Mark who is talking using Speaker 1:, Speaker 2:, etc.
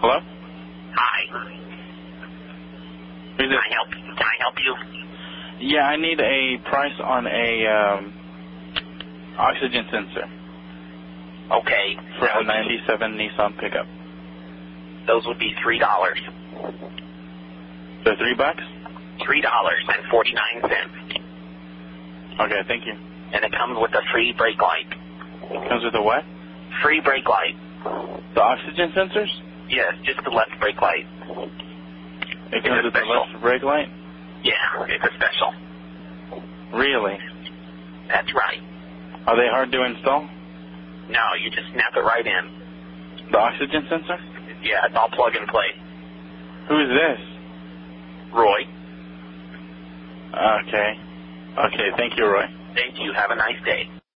Speaker 1: Hello?
Speaker 2: Hi.
Speaker 1: Who's
Speaker 2: Can
Speaker 1: this?
Speaker 2: I help? Can I help you?
Speaker 1: Yeah, I need a price on a um, oxygen sensor
Speaker 2: Okay.
Speaker 1: for
Speaker 2: that
Speaker 1: a
Speaker 2: would be-
Speaker 1: 97 Nissan pickup.
Speaker 2: those would be three dollars.
Speaker 1: So three bucks?
Speaker 2: Three dollars and forty nine cents,
Speaker 1: Okay, thank you.
Speaker 2: and it comes with a free brake light.
Speaker 1: Comes with a what?
Speaker 2: Free brake light.
Speaker 1: The oxygen sensors?
Speaker 2: Yes, just the left brake light.
Speaker 1: It
Speaker 2: It's
Speaker 1: comes
Speaker 2: a
Speaker 1: with the
Speaker 2: special.
Speaker 1: left brake light?
Speaker 2: Yeah, it's a special.
Speaker 1: Really?
Speaker 2: That's right.
Speaker 1: Are they hard to install?
Speaker 2: No, you just snap it right in.
Speaker 1: The oxygen sensor?
Speaker 2: Yeah, it's all plug and play.
Speaker 1: Who is this?
Speaker 2: Roy,
Speaker 1: Okay. Okay, thank you, Roy.
Speaker 2: thank you. Have a nice day.